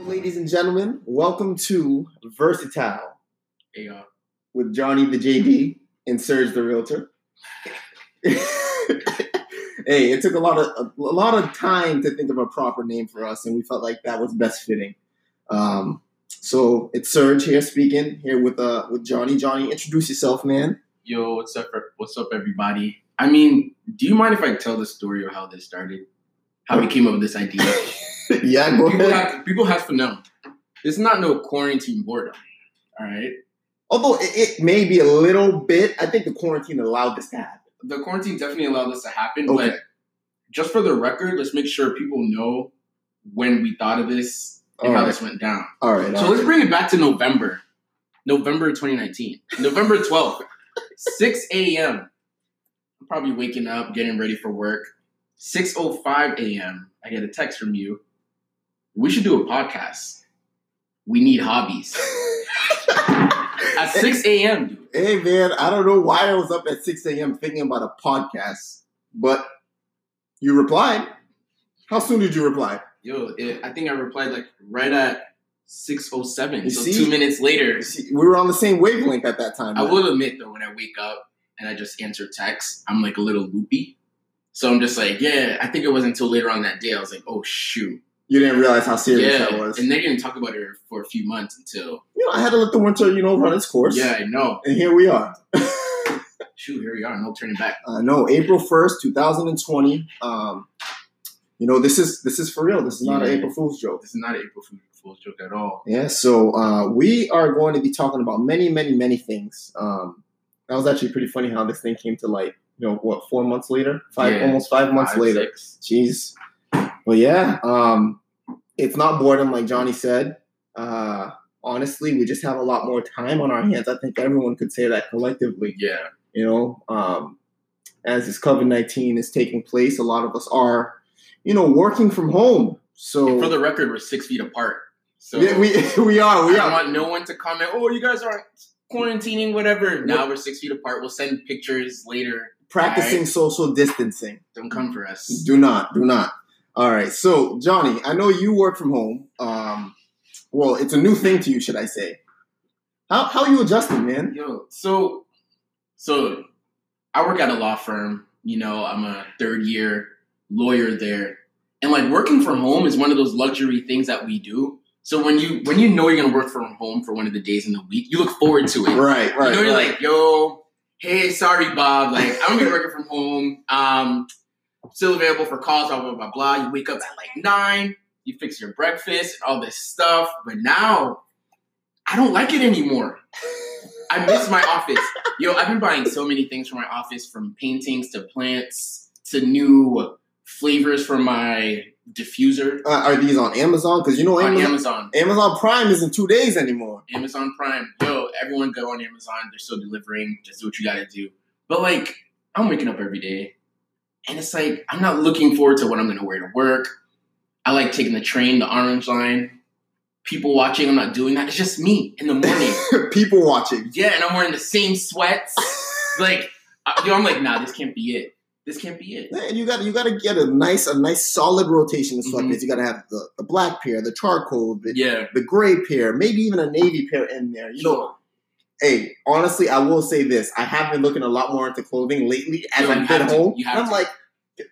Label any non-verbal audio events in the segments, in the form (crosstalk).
ladies and gentlemen. Welcome to Versatile AR. with Johnny the JD and Serge the Realtor. (laughs) hey, it took a lot of a, lot of time to think of a proper name for us, and we felt like that was best fitting. Um, so it's Serge here speaking here with uh with Johnny. Johnny, introduce yourself, (laughs) man. Yo, what's up? What's up, everybody? I mean, do you mind if I tell the story of how this started? How we came up with this (laughs) idea? yeah, go people, ahead. have, people have to know. It's not no quarantine boredom. All right. Although it, it may be a little bit, I think the quarantine allowed this to happen. The quarantine definitely allowed this to happen, Okay. but just for the record, let's make sure people know when we thought of this and All how right, this went down. all right. So (laughs) all (laughs) let's right. bring it back to November, November 2019, November 12th, 6 a.m. I'm probably waking up, getting ready for work. 6:05 a.m. I get a text from you. We should do a podcast. We need hobbies at 6 a.m. Dude, Hey man, I don't know why I was up at 6 a.m. thinking about a podcast, but you replied. How soon did you reply? yo, it, I think I replied like right at 6:07. You so see? two minutes later, See, We were on the same wavelength at that time. I man. will admit though, when I wake up and I just answer texts, I'm like a little loopy. So I'm just like, yeah. I think it wasn't until later on that day I was like, oh shoot, You didn't realize how serious yeah. that was. And they didn't talk about it for a few months until you know, I had to let the winter, you know, run its course. yeah, I know. And here we are. Shoot, here we are, no turning back. Uh, no, April 1st, 2020. Um, you know, this is this is for real. This is not Yeah. an April Fool's joke. This is not an April Fool- Fool's joke at all. Yeah, so uh, we are going to be talking about many, many, many things. Um, that was actually pretty funny how this thing came to light. You know what? Four months later, five, Yeah. almost five months Five, later. six. Jeez. Well, yeah. Um, it's not boredom, like Johnny said. Uh, honestly, we just have a lot more time on our hands. I think everyone could say that collectively Yeah, you know um, as this covid-19 is taking place a lot of us are you know working from home so for the record, we're six feet apart. So yeah, (laughs) we, (laughs) we are we I are want no one to comment. Oh, you guys aren't quarantining, whatever. Now we're six feet apart. We'll send pictures later. practicing social distancing Don't come for us. do not do not all right so johnny i know you work from home um, well it's a new thing to you should i say how, how you adjusting man Yo, so so I work at a law firm, you know, I'm a third year lawyer there. And like working from home is one of those luxury things that we do. So when you when you know you're gonna work from home for one of the days in the week, you look forward to it. right right you know, you're right. like, yo, hey, sorry, Bob. Like, I'm gonna be working from home. Um, still available for calls, blah, blah, blah, blah. You wake up at like nine, you fix your breakfast, and all this stuff. But now, I don't like it anymore. I miss my office. Yo, I've been buying so many things for my office from paintings to plants to new flavors for my diffuser uh, are these on amazon because you know on amazon, Amazon. amazon prime isn't two days anymore (laughs) Amazon Prime. Yo, everyone go on Amazon. They're still delivering. Just do what you gotta do. But like, I'm waking up every day, and it's like I'm not looking forward to what I'm gonna wear to work. I like taking the train, the Orange Line. People watching. I'm not doing that. It's just me in the morning. people watching yeah, and I'm wearing the same sweats. like, I- yo, I'm like, nah, this can't be it. This can't be it. Yeah, you got you got to get a nice a nice solid rotation of Mhm. sweatpants. You got to have the, the black pair, the charcoal, the, Yeah. the gray pair, maybe even a navy pair in there. You know, hey, honestly, I will say this: I have been looking a lot more into clothing lately as Yo, you I've been have to. home. You have and I'm to. like,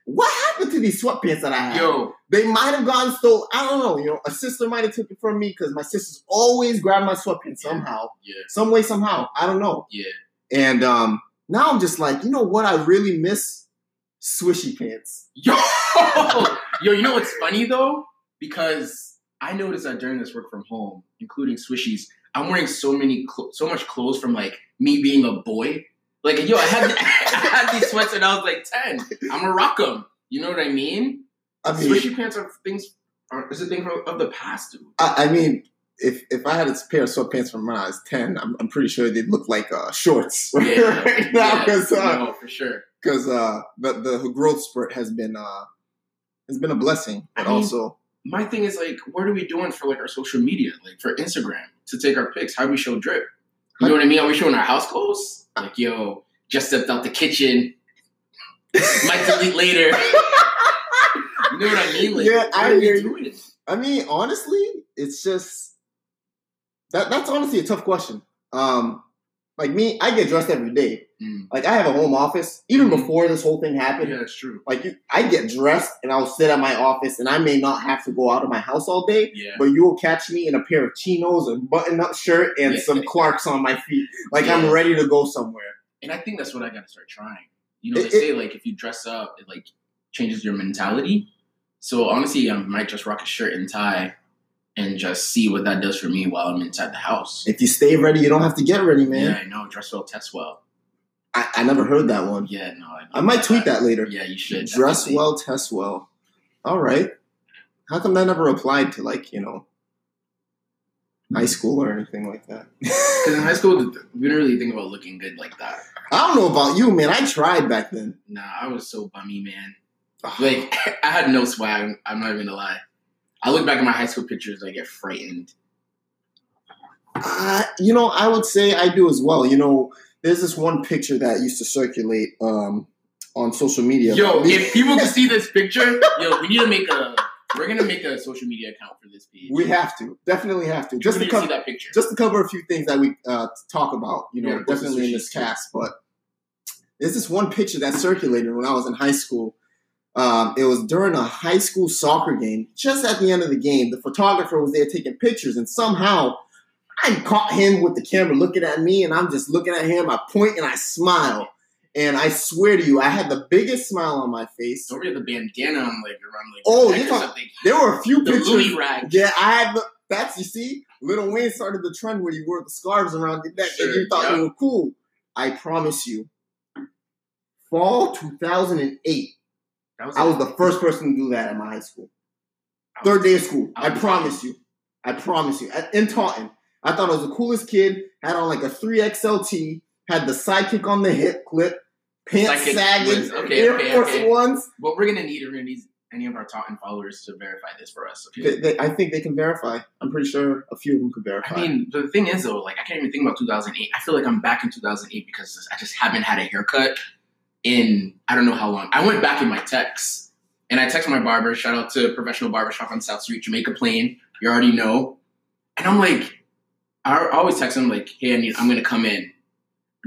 what happened to these sweatpants that I have? Yo, They might have gone stole. I don't know. You know, a sister might have took it from me because my sisters always grab my sweatpants Yeah. somehow, Yeah. some way, somehow. I don't know. Yeah. And um, now I'm just like, you know what? I really miss swishy pants. Yo, yo, you know what's funny though? Because I noticed that during this work from home, including swishies, I'm wearing so many, clo- so much clothes from like me being a boy. Like, yo, I had, (laughs) I had these sweats when I was like ten. I'm a rock 'em. You know what I mean? I mean, Swishy pants are things. Are, is a thing of of the past, dude. I, I mean, if if I had a pair of sweatpants from when I was ten, I'm, I'm pretty sure they'd look like uh, shorts (laughs) (laughs) right now yeah, because uh, no, for sure. 'cause, uh, the the growth spurt has been uh, has been a blessing, I but mean- also (laughs) My thing is like, what are we doing for like our social media, like for Instagram, to take our pics? How do we show drip? You know what I mean? Are we showing our house clothes? Like, yo, just stepped out the kitchen. (laughs) Might delete later. you know what I mean? Like, Yeah, what I are we hear you. doing? I mean, honestly, it's just that that's honestly a tough question. Um, like me, I get dressed every day. Mm. Like I have a home office. Even Mhm. before this whole thing happened, Yeah, that's true. like you, I get dressed and I'll sit at my office, and I may not have to go out of my house all day. Yeah. But you'll catch me in a pair of chinos, a button-up shirt, and Yeah. some Clarks on my feet. Like Yeah. I'm ready to go somewhere. And I think that's what I gotta start trying. You know, they It- it- say like if you dress up, it like changes your mentality. So honestly, I might just rock a shirt and tie and just see what that does for me while I'm inside the house. If you stay ready, you don't have to get ready, man. Yeah, I know. Dress well, test well. I, I never heard that one. Yeah, no. I, I might tweet that later. Yeah, you should. Dress definitely. well, test well. All right. How come that never applied to like you know high school or anything like that? (laughs) Because in high school, we didn't really think about looking good like that. I don't know about you, man. I tried back then. Nah, I was so bummy, man. Ah. Like, (laughs) I had no swag. I'm not even gonna lie. I look back at my high school pictures, I get frightened. Uh, you know, I would say I do as well. You know, there's this one picture that used to circulate um, on social media. Yo, we, if people (laughs) can see this picture, yo, we need to make a. We're gonna make a social media account for this page. we have to definitely have to People just need to to see cover that picture. just to cover a few things that we uh, talk about. You know, Yeah, of course, definitely in this it's cast, but there's this one picture that circulated when I was in high school. Um, it was during a high school soccer game. Just at the end of the game, the photographer was there taking pictures, and somehow I caught him with the camera looking at me, and I'm just looking at him. I point and I smile, and I swear to you, I had the biggest smile on my face. Don't forget the bandana on like around like. Oh, the neck you're or talking- something. There were a few the pictures. Louis rag. Yeah, I had the, that's you see, Little Wayne started the trend where you wore the scarves around your neck Sure, and you thought yeah. you were cool. I promise you, fall 2008, That was, I was the first person to do that at my high school. Third day of school, I Ouch. promise you, I promise you, At- in Taunton. I thought I was the coolest kid. Had on like a three XLT, had the sidekick on the hip clip, pants Sidekick was- sagging, okay, Air okay, Force okay. Ones. What we're gonna need, we're gonna need any of our Taunton followers to verify this for us. Okay. They- they- I think they can verify. I'm pretty sure a few of them could verify. I mean, the thing is though, like I can't even think about 2008. I feel like I'm back in 2008 because I just haven't had a haircut in I don't know how long. I went back in my texts and I texted my barber. Shout out to Professional Barber Shop on South Street, Jamaica Plain. You already know. And I'm like, I always text him like, "Hey, I need, I'm gonna come in."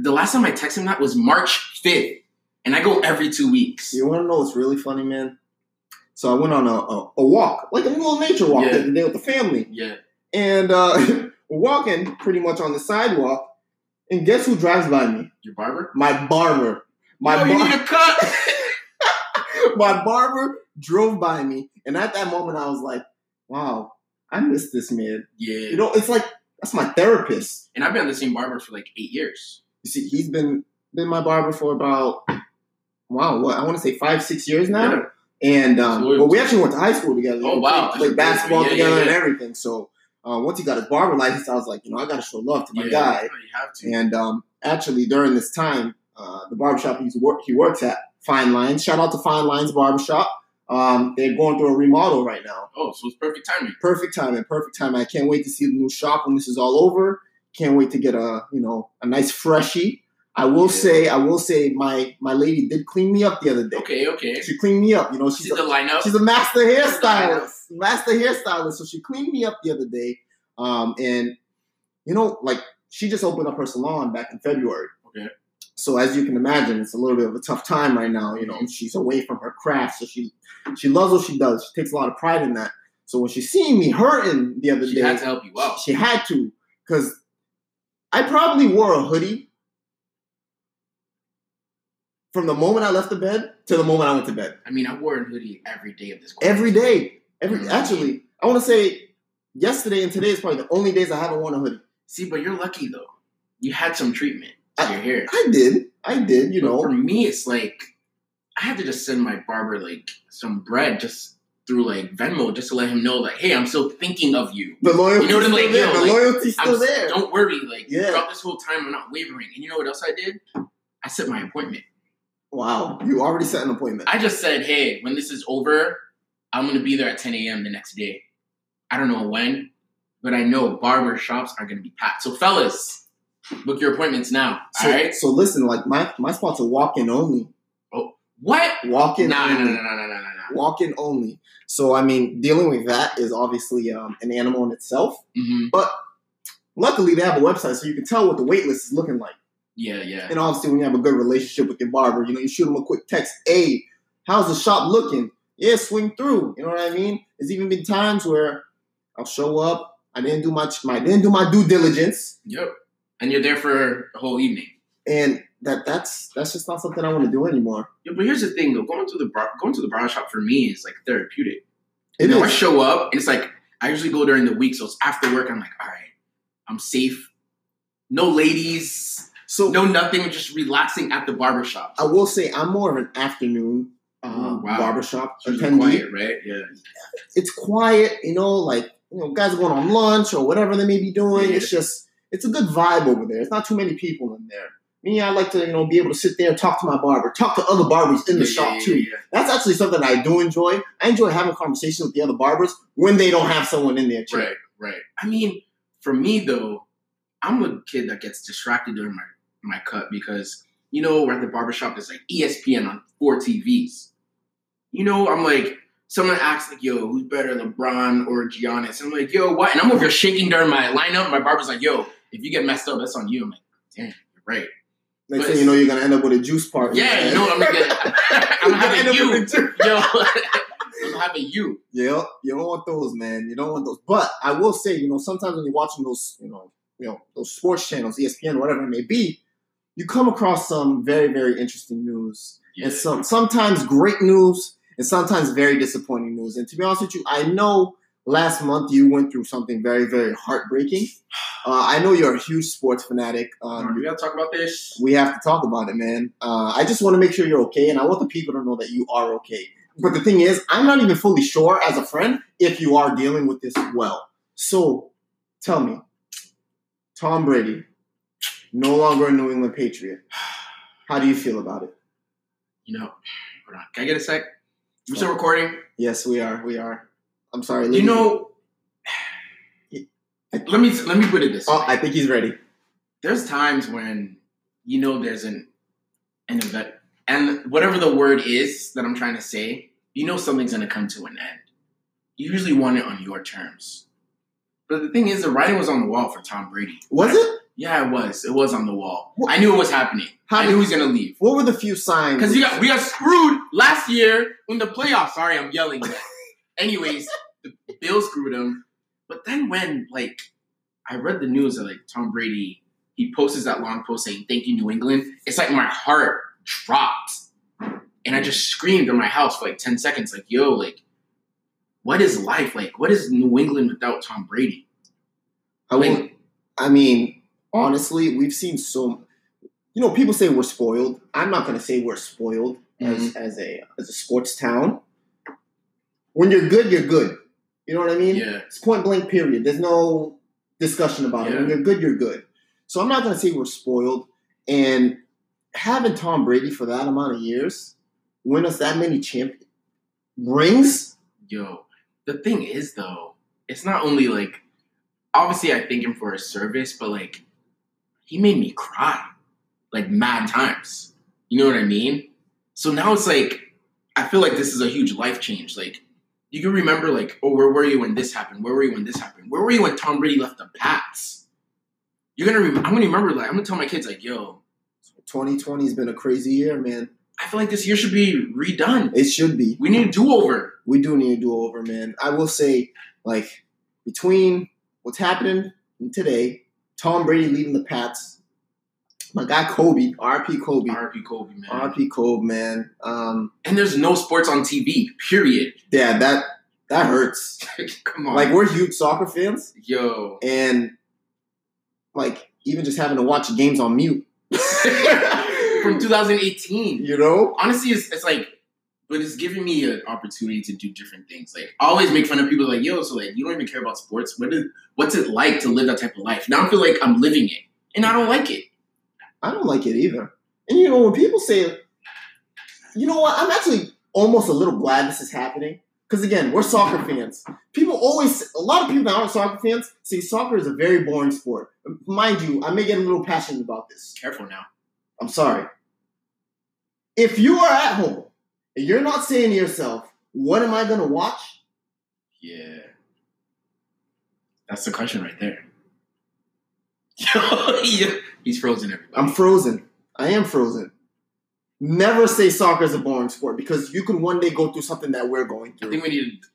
The last time I texted him that was March 5th, and I go every two weeks. You want to know what's really funny, man? So I went on a, a, a walk, like a little nature walk Yeah. the other day with the family. Yeah, And uh, (laughs) we're walking pretty much on the sidewalk. And guess who drives by me? your barber. My barber. My, Yo, you bar- need a (laughs) cut. my barber drove by me. And at that moment, I was like, wow, I miss this man. yeah, You know, it's like, that's my therapist. and I've been on the same barber for like eight years. You see, he's been, been my barber for about, wow, what? I want to say five, six years now. Yeah. And um, Absolutely. well, we actually went to high school together. Oh, We wow. Played, played basketball Yeah, yeah, together and yeah. everything. So uh, once he got his barber license, I was like, you know, I got to show love to my Yeah, guy. You have to. And um, actually, during this time, uh, the barbershop he's work, he works at, Fine Lines. Shout out to Fine Lines Barbershop. Um, they're going through a remodel right now. Oh, so it's perfect timing. Perfect timing. Perfect timing. I can't wait to see the new shop when this is all over. Can't wait to get a you know a nice freshie. I will Yeah. say, I will say, my my lady did clean me up the other day. Okay, okay. She cleaned me up. You know, she's See the lineup. She's a master hairstylist. Master hairstylist. So she cleaned me up the other day. Um, and you know, like she just opened up her salon back in February. Okay. So as you can imagine, it's a little bit of a tough time right now. You know, she's away from her craft, so she she loves what she does. She takes a lot of pride in that. So when she seen me hurting the other She day, had to help you out. she had to because I probably wore a hoodie from the moment I left the bed to the moment I went to bed I mean, I wore a hoodie every day of this quarter. every day. Every Mhm. actually, I want to say yesterday and today is probably the only days I haven't worn a hoodie. See, but you're lucky though. You had some treatment to your hair. I did, I did. You For know, me, it's like I had to just send my barber like some bread just through like Venmo just to let him know like, hey, I'm still thinking of you. the loyalty You know what I'm still like, there. yo, the like, loyalty's I'm still s- there. Don't worry, like Yeah. throughout this whole time I'm not wavering. And you know what else I did? I set my appointment. Wow, you already set an appointment. I just said, hey, when this is over, I'm gonna be there at 10 a.m. the next day. I don't know when, but I know barber shops are gonna be packed. So fellas, book your appointments now. so, all right. so listen, like my my spots are walk in only. Oh, What? No, Walk-in no, no, only. no, no, no, no, no. Walk-in only. So I mean, dealing with that is obviously um, an animal in itself. Mm-hmm. Luckily, they have a website so you can tell what the wait list is looking like. Yeah, yeah. And obviously, when you have a good relationship with your barber, you know, you shoot him a quick text. Hey, how's the shop looking? Yeah, swing through. You know what I mean? There's even been times where I'll show up. I didn't do my, my I didn't do my due diligence, Yep. And you're there for the whole evening. and that that's that's just not something I want to do anymore. Yeah, but here's the thing though, going to the bar- going to the barber shop for me is like therapeutic. It you know, I is. show up and it's like I usually go during the week, so it's after work. I'm like, all right, I'm safe. No ladies, So no nothing, just relaxing at the barber shop. I will say I'm more of an afternoon Oh, um, wow. barbershop It's attendee. quiet, right? Yeah. It's quiet, you know, like you know, guys are going on lunch or whatever they may be doing. Yeah. It's just it's a good vibe over there. It's not too many people in there. Me, I like to you know be able to sit there, talk to my barber, talk to other barbers in the Yeah, shop yeah, too. yeah, yeah. That's actually something I do enjoy. I enjoy having conversations with the other barbers when they don't have someone in there. Right, right. I mean, for me though, I'm a kid that gets distracted during my my cut because you know we're at the barbershop. There's like E ESPN on four TVs. You know, I'm like someone asks like, "Yo, who's better, LeBron or Giannis?" And I'm like, "Yo, what?" And I'm over here shaking during my lineup. My barber's like, "Yo, if you get messed up, that's on you." I'm like, "Damn, you're right." Next But- thing you know, you're gonna end up with a juice party. Yeah, you know what I'm (laughs) gonna get. I'm You're gonna end having up you, with a juice yo. (laughs) I'm having you. Yeah, you don't want those, man. You don't want those. But I will say, you know, sometimes when you're watching those, you know, you know, those sports channels, E ESPN, whatever it may be, you come across some very, very interesting news, Yeah, and some sometimes great news, and sometimes very disappointing news. And to be honest with you, I know last month you went through something very, very heartbreaking. (sighs) Uh, I know you're a huge sports fanatic. Um, we gotta talk about this. we have to talk about it, man. Uh, I just want to make sure you're okay, and I want the people to know that you are okay. But the thing is, I'm not even fully sure as a friend if you are dealing with this well. So tell me, Tom Brady, no longer a New England Patriot. How do you feel about it? You know, hold on. Can I get a sec? We're still recording. Yes, we are. We are. I'm sorry. You ladies. know, let me let me put it this way. oh, I think he's ready. there's times when you know there's an an event, and whatever the word is that I'm trying to say, you know something's gonna come to an end. You usually want it on your terms. But the thing is, the writing was on the wall for Tom Brady. Was it? Yeah, it was. It was on the wall. Wha- I knew it was happening. How I did- knew he was gonna (laughs) leave. What were the few signs? Because we got we got screwed last year in the playoffs. Sorry, I'm (laughs) yelling. but anyways, the Bills screwed him. But then when like I read the news that like Tom Brady he posts that long post saying "Thank you, New England," it's like my heart dropped, and I just screamed in my house for like ten seconds, like "Yo, like what is life like? What is New England without Tom Brady?" I Like, will I Mm. mean, honestly, we've seen so. You know, people say we're spoiled. I'm not going to say we're spoiled Mm-hmm. as as a as a sports town. When you're good, you're good. You know what I mean? yeah, It's point blank. Period. There's no discussion about it. When Yeah. you're good, you're good. So I'm not going to say we're spoiled. And having Tom Brady for that amount of years, win us that many champ rings. yo. The thing is though, it's not only like obviously I thank him for his service, but like he made me cry like mad times. You know what I mean? So now it's like I feel like this is a huge life change. Like you can remember like, oh, where were you when this happened? Where were you when this happened? Where were you when Tom Brady left the Pats? You're gonna rem- I'm gonna remember like I'm gonna tell my kids like, yo, 2020 has been a crazy year, man. I feel like this year should be redone. It should be. We need a do-over. we do need a do over, man. I will say, like, between what's happening today, Tom Brady leaving the Pats, my guy Kobe, RP Kobe, RP Kobe, man. RP Kobe, man. Um, And there's no sports on TV, period. yeah, that that hurts. (laughs) Come on. Like, we're huge soccer fans, yo. and like even just having to watch games on mute, (laughs) From 2018. you know. Honestly, it's, it's like, but it's giving me an opportunity to do different things. Like, I always make fun of people like, yo, so like, you don't even care about sports. What is, what's it like to live that type of life? Now I feel like I'm living it, and I don't like it. I don't like it either. And you know, when people say, you know what, I'm actually almost a little glad this is happening. Because again, we're soccer fans. People always, a lot of people that aren't soccer fans say soccer is a very boring sport. Mind you, I may get a little passionate about this. Careful now. I'm sorry. If you are at home and you're not saying to yourself, what am I going to watch? Yeah. That's the question right there. (laughs) Yo, he- he's frozen everybody. I'm frozen. I am frozen. Never say soccer is a boring sport because you could one day go through something that we're going I through. think we need to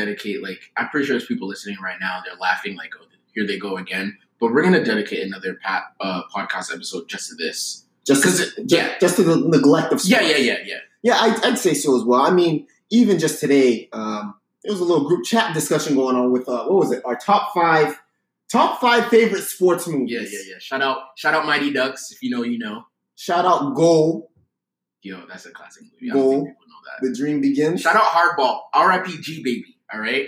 dedicate, like, I'm pretty sure there's people listening right now. They're laughing, like, oh, here they go again. But we're going to dedicate another pa- uh, podcast episode just to this. Just to, 'Cause it- ju- yeah. just to the neglect of Yeah, sports. yeah, yeah, yeah. Yeah, I, I'd say so as well. I mean, even just today, um, there was a little group chat discussion going on with uh, what was it? Our top five, top five favorite sports movies. Yeah, yeah, yeah. Shout out, shout out Mighty Ducks. If you know, you know. Shout out Goal, Yo, that's a classic movie. I don't Goal. think people know The Dream Begins. that. Shout out Hardball. R.I.P. G Baby. All right?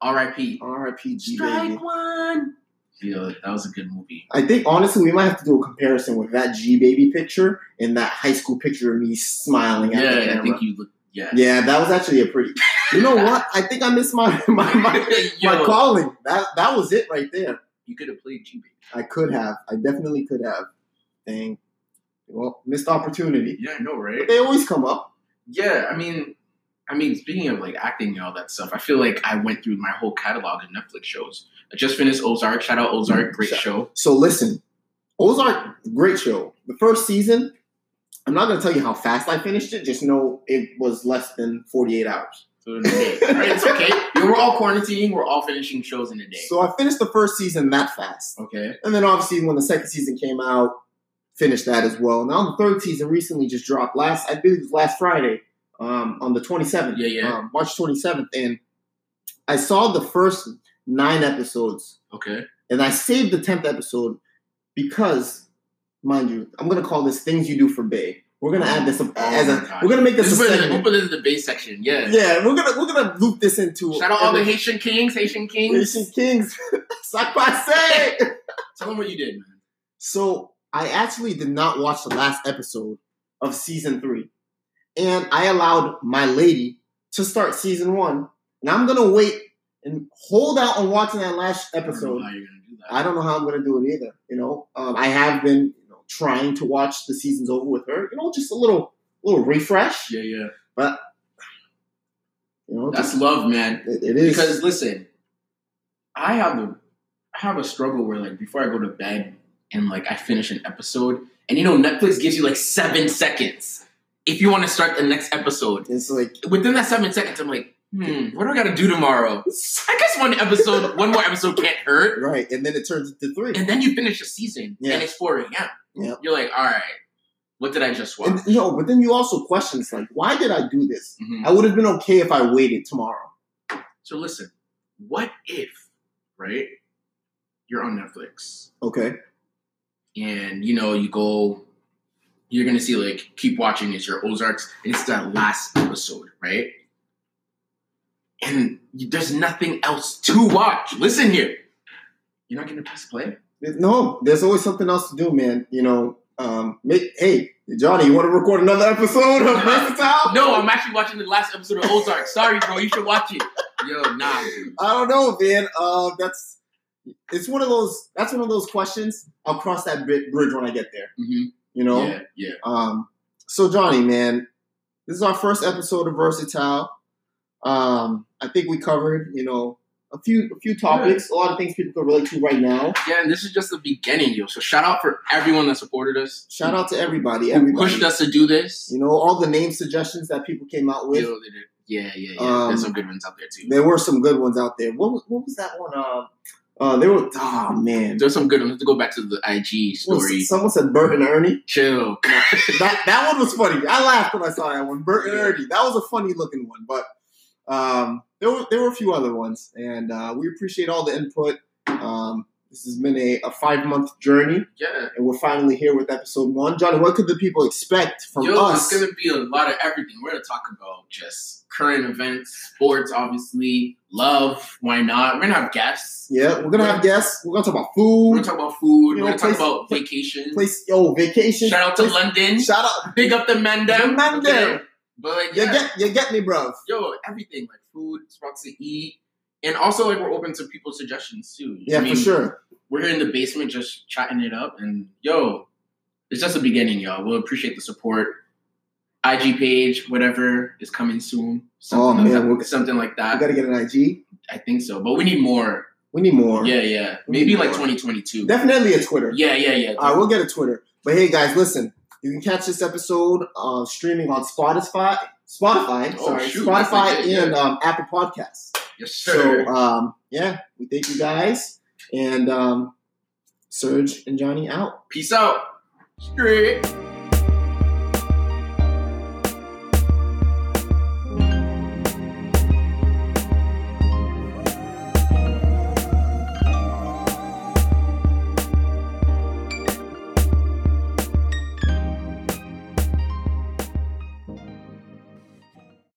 R.I.P. R.I.P.G. Baby. Strike one. Yo, that was a good movie. I think honestly, we might have to do a comparison with that G Baby picture and that high school picture of me smiling at the Yeah, camera. I think you look. Yeah. yeah, that was actually a pretty. You know what? I think I missed my (laughs) my my, my (laughs) Yo, calling. That that was it right there. you could have played G Baby. I could have. I definitely could have. Dang. Well, missed opportunity. Yeah, I know, right? But they always come up. Yeah, I mean, I mean, speaking of like acting and all that stuff, I feel like I went through my whole catalog of Netflix shows. I just finished Ozark. Shout out Ozark, great Shout- show. So listen, Ozark, great show. The first season, I'm not gonna tell you how fast I finished it. Just know it was less than 48 hours. So in a day, right? (laughs) It's okay. You know, we're all quarantining. We're all finishing shows in a day. So I finished the first season that fast, okay. and then obviously when the second season came out, finished that as well. Now the third season recently just dropped last, I believe it was last Friday, um, on the 27th. Yeah, yeah. um, March 27th, and I saw the first nine episodes Okay. And I saved the 10th episode because, mind you, I'm going to call this Things You Do for Bay. We're going to add this up as Oh my a, God. we're going to make This this, is a where the, we'll segment. put this in the base section. Yeah. Yeah, we're going to, we're going to loop this into. Shout out all the Haitian kings, Haitian kings. Haitian Kings. (laughs) Sakpase! Tell them what you did, man. so I actually did not watch the last episode of season three. And I allowed my lady to start season one. And I'm going to wait and hold out on watching that last I don't know episode how you're gonna do that. I don't know how I'm going to do it either. You know, um, I have been you know, trying to watch the seasons over with her. You know, just a little little refresh. yeah, yeah. But you know, That's just, love, man. it, it is Because listen, I have a I have a struggle where like before I go to bed and like I finish an episode, and you know Netflix gives you like seven seconds if you want to start the next episode. it's like (laughs) Within that seven seconds, I'm like, hmm, what do I got to do tomorrow? I guess one episode, (laughs) one more episode can't hurt. right, and then it turns into three. And then you finish a season, Yeah. and it's four a.m. Yeah. You're like, all right, what did I just watch? And, no, but then you also question it's like, why did I do this? Mhm. I would have been okay if I waited tomorrow. So listen, what if, right? You're on Netflix. Okay, and you know you go you're gonna see like keep watching it's your ozarks and it's that last episode right and you, there's nothing else to watch listen here you're not gonna press play no, there's always something else to do, man. You know, um, make, hey Johnny, you want to record another episode of Versatile? no i'm actually watching the last episode of ozark sorry bro you should watch it yo nah dude. I don't know, man. Uh, that's it's one of those. That's one of those questions. I'll cross that bri- bridge when I get there. Mhm. You know. yeah yeah Um. So Johnny, man, this is our first episode of Versatile. Um, I think we covered, you know, a few a few topics, a lot of things people can relate to right now. yeah and this is just the beginning yo so shout out for everyone that supported us Shout out to everybody, who everybody. pushed us to do this You know, all the name suggestions that people came out with. Yo, they did- yeah yeah yeah Um, there's some good ones out there too There were some good ones out there. What was, what was that one? Uh, uh, there were oh man, there's some good ones to go back to the ig story someone said Bert and Ernie. chill. that that one was funny. I laughed when I saw that one. Bert and Ernie. That was a funny looking one, but um, there were there were a few other ones, and uh, we appreciate all the input. Um, this has been a, a five month journey, Yeah. and we're finally here with episode one. Johnny, what could the people expect from Yo, us? it's gonna be a lot of everything. We're gonna talk about just current events, sports, obviously, love, why not? We're gonna have guests. yeah, we're gonna have guests. We're gonna talk about food, We're gonna talk about You food, we're know, gonna talk place- about vacation. place, yo, vacation. Shout out to place- London. Shout out, Big up the men The them. men okay? them. But like you yeah, get you get me, bro. yo, everything like food, spots to eat. And also like we're open to people's suggestions too. Yeah, I mean, for sure. We're here in the basement just chatting it up and yo, it's just the beginning, y'all. We'll appreciate the support. IG page, whatever is coming soon. Oh, Something, man, we're- something like I that. gotta get an IG. I think so, but we need more. We need more. Yeah, yeah, We need maybe like more. 2022. Definitely a Twitter. Yeah, yeah, yeah. All right, we'll get a Twitter. But hey, guys, listen. You can catch this episode uh, streaming on Spotify, Spotify, Oh, sorry, shoot, that's Spotify, legit, yeah. and um, Apple Podcasts. yes, sir. So, um, yeah, we thank you guys, and um, Serge and Johnny out. Peace out. Straight.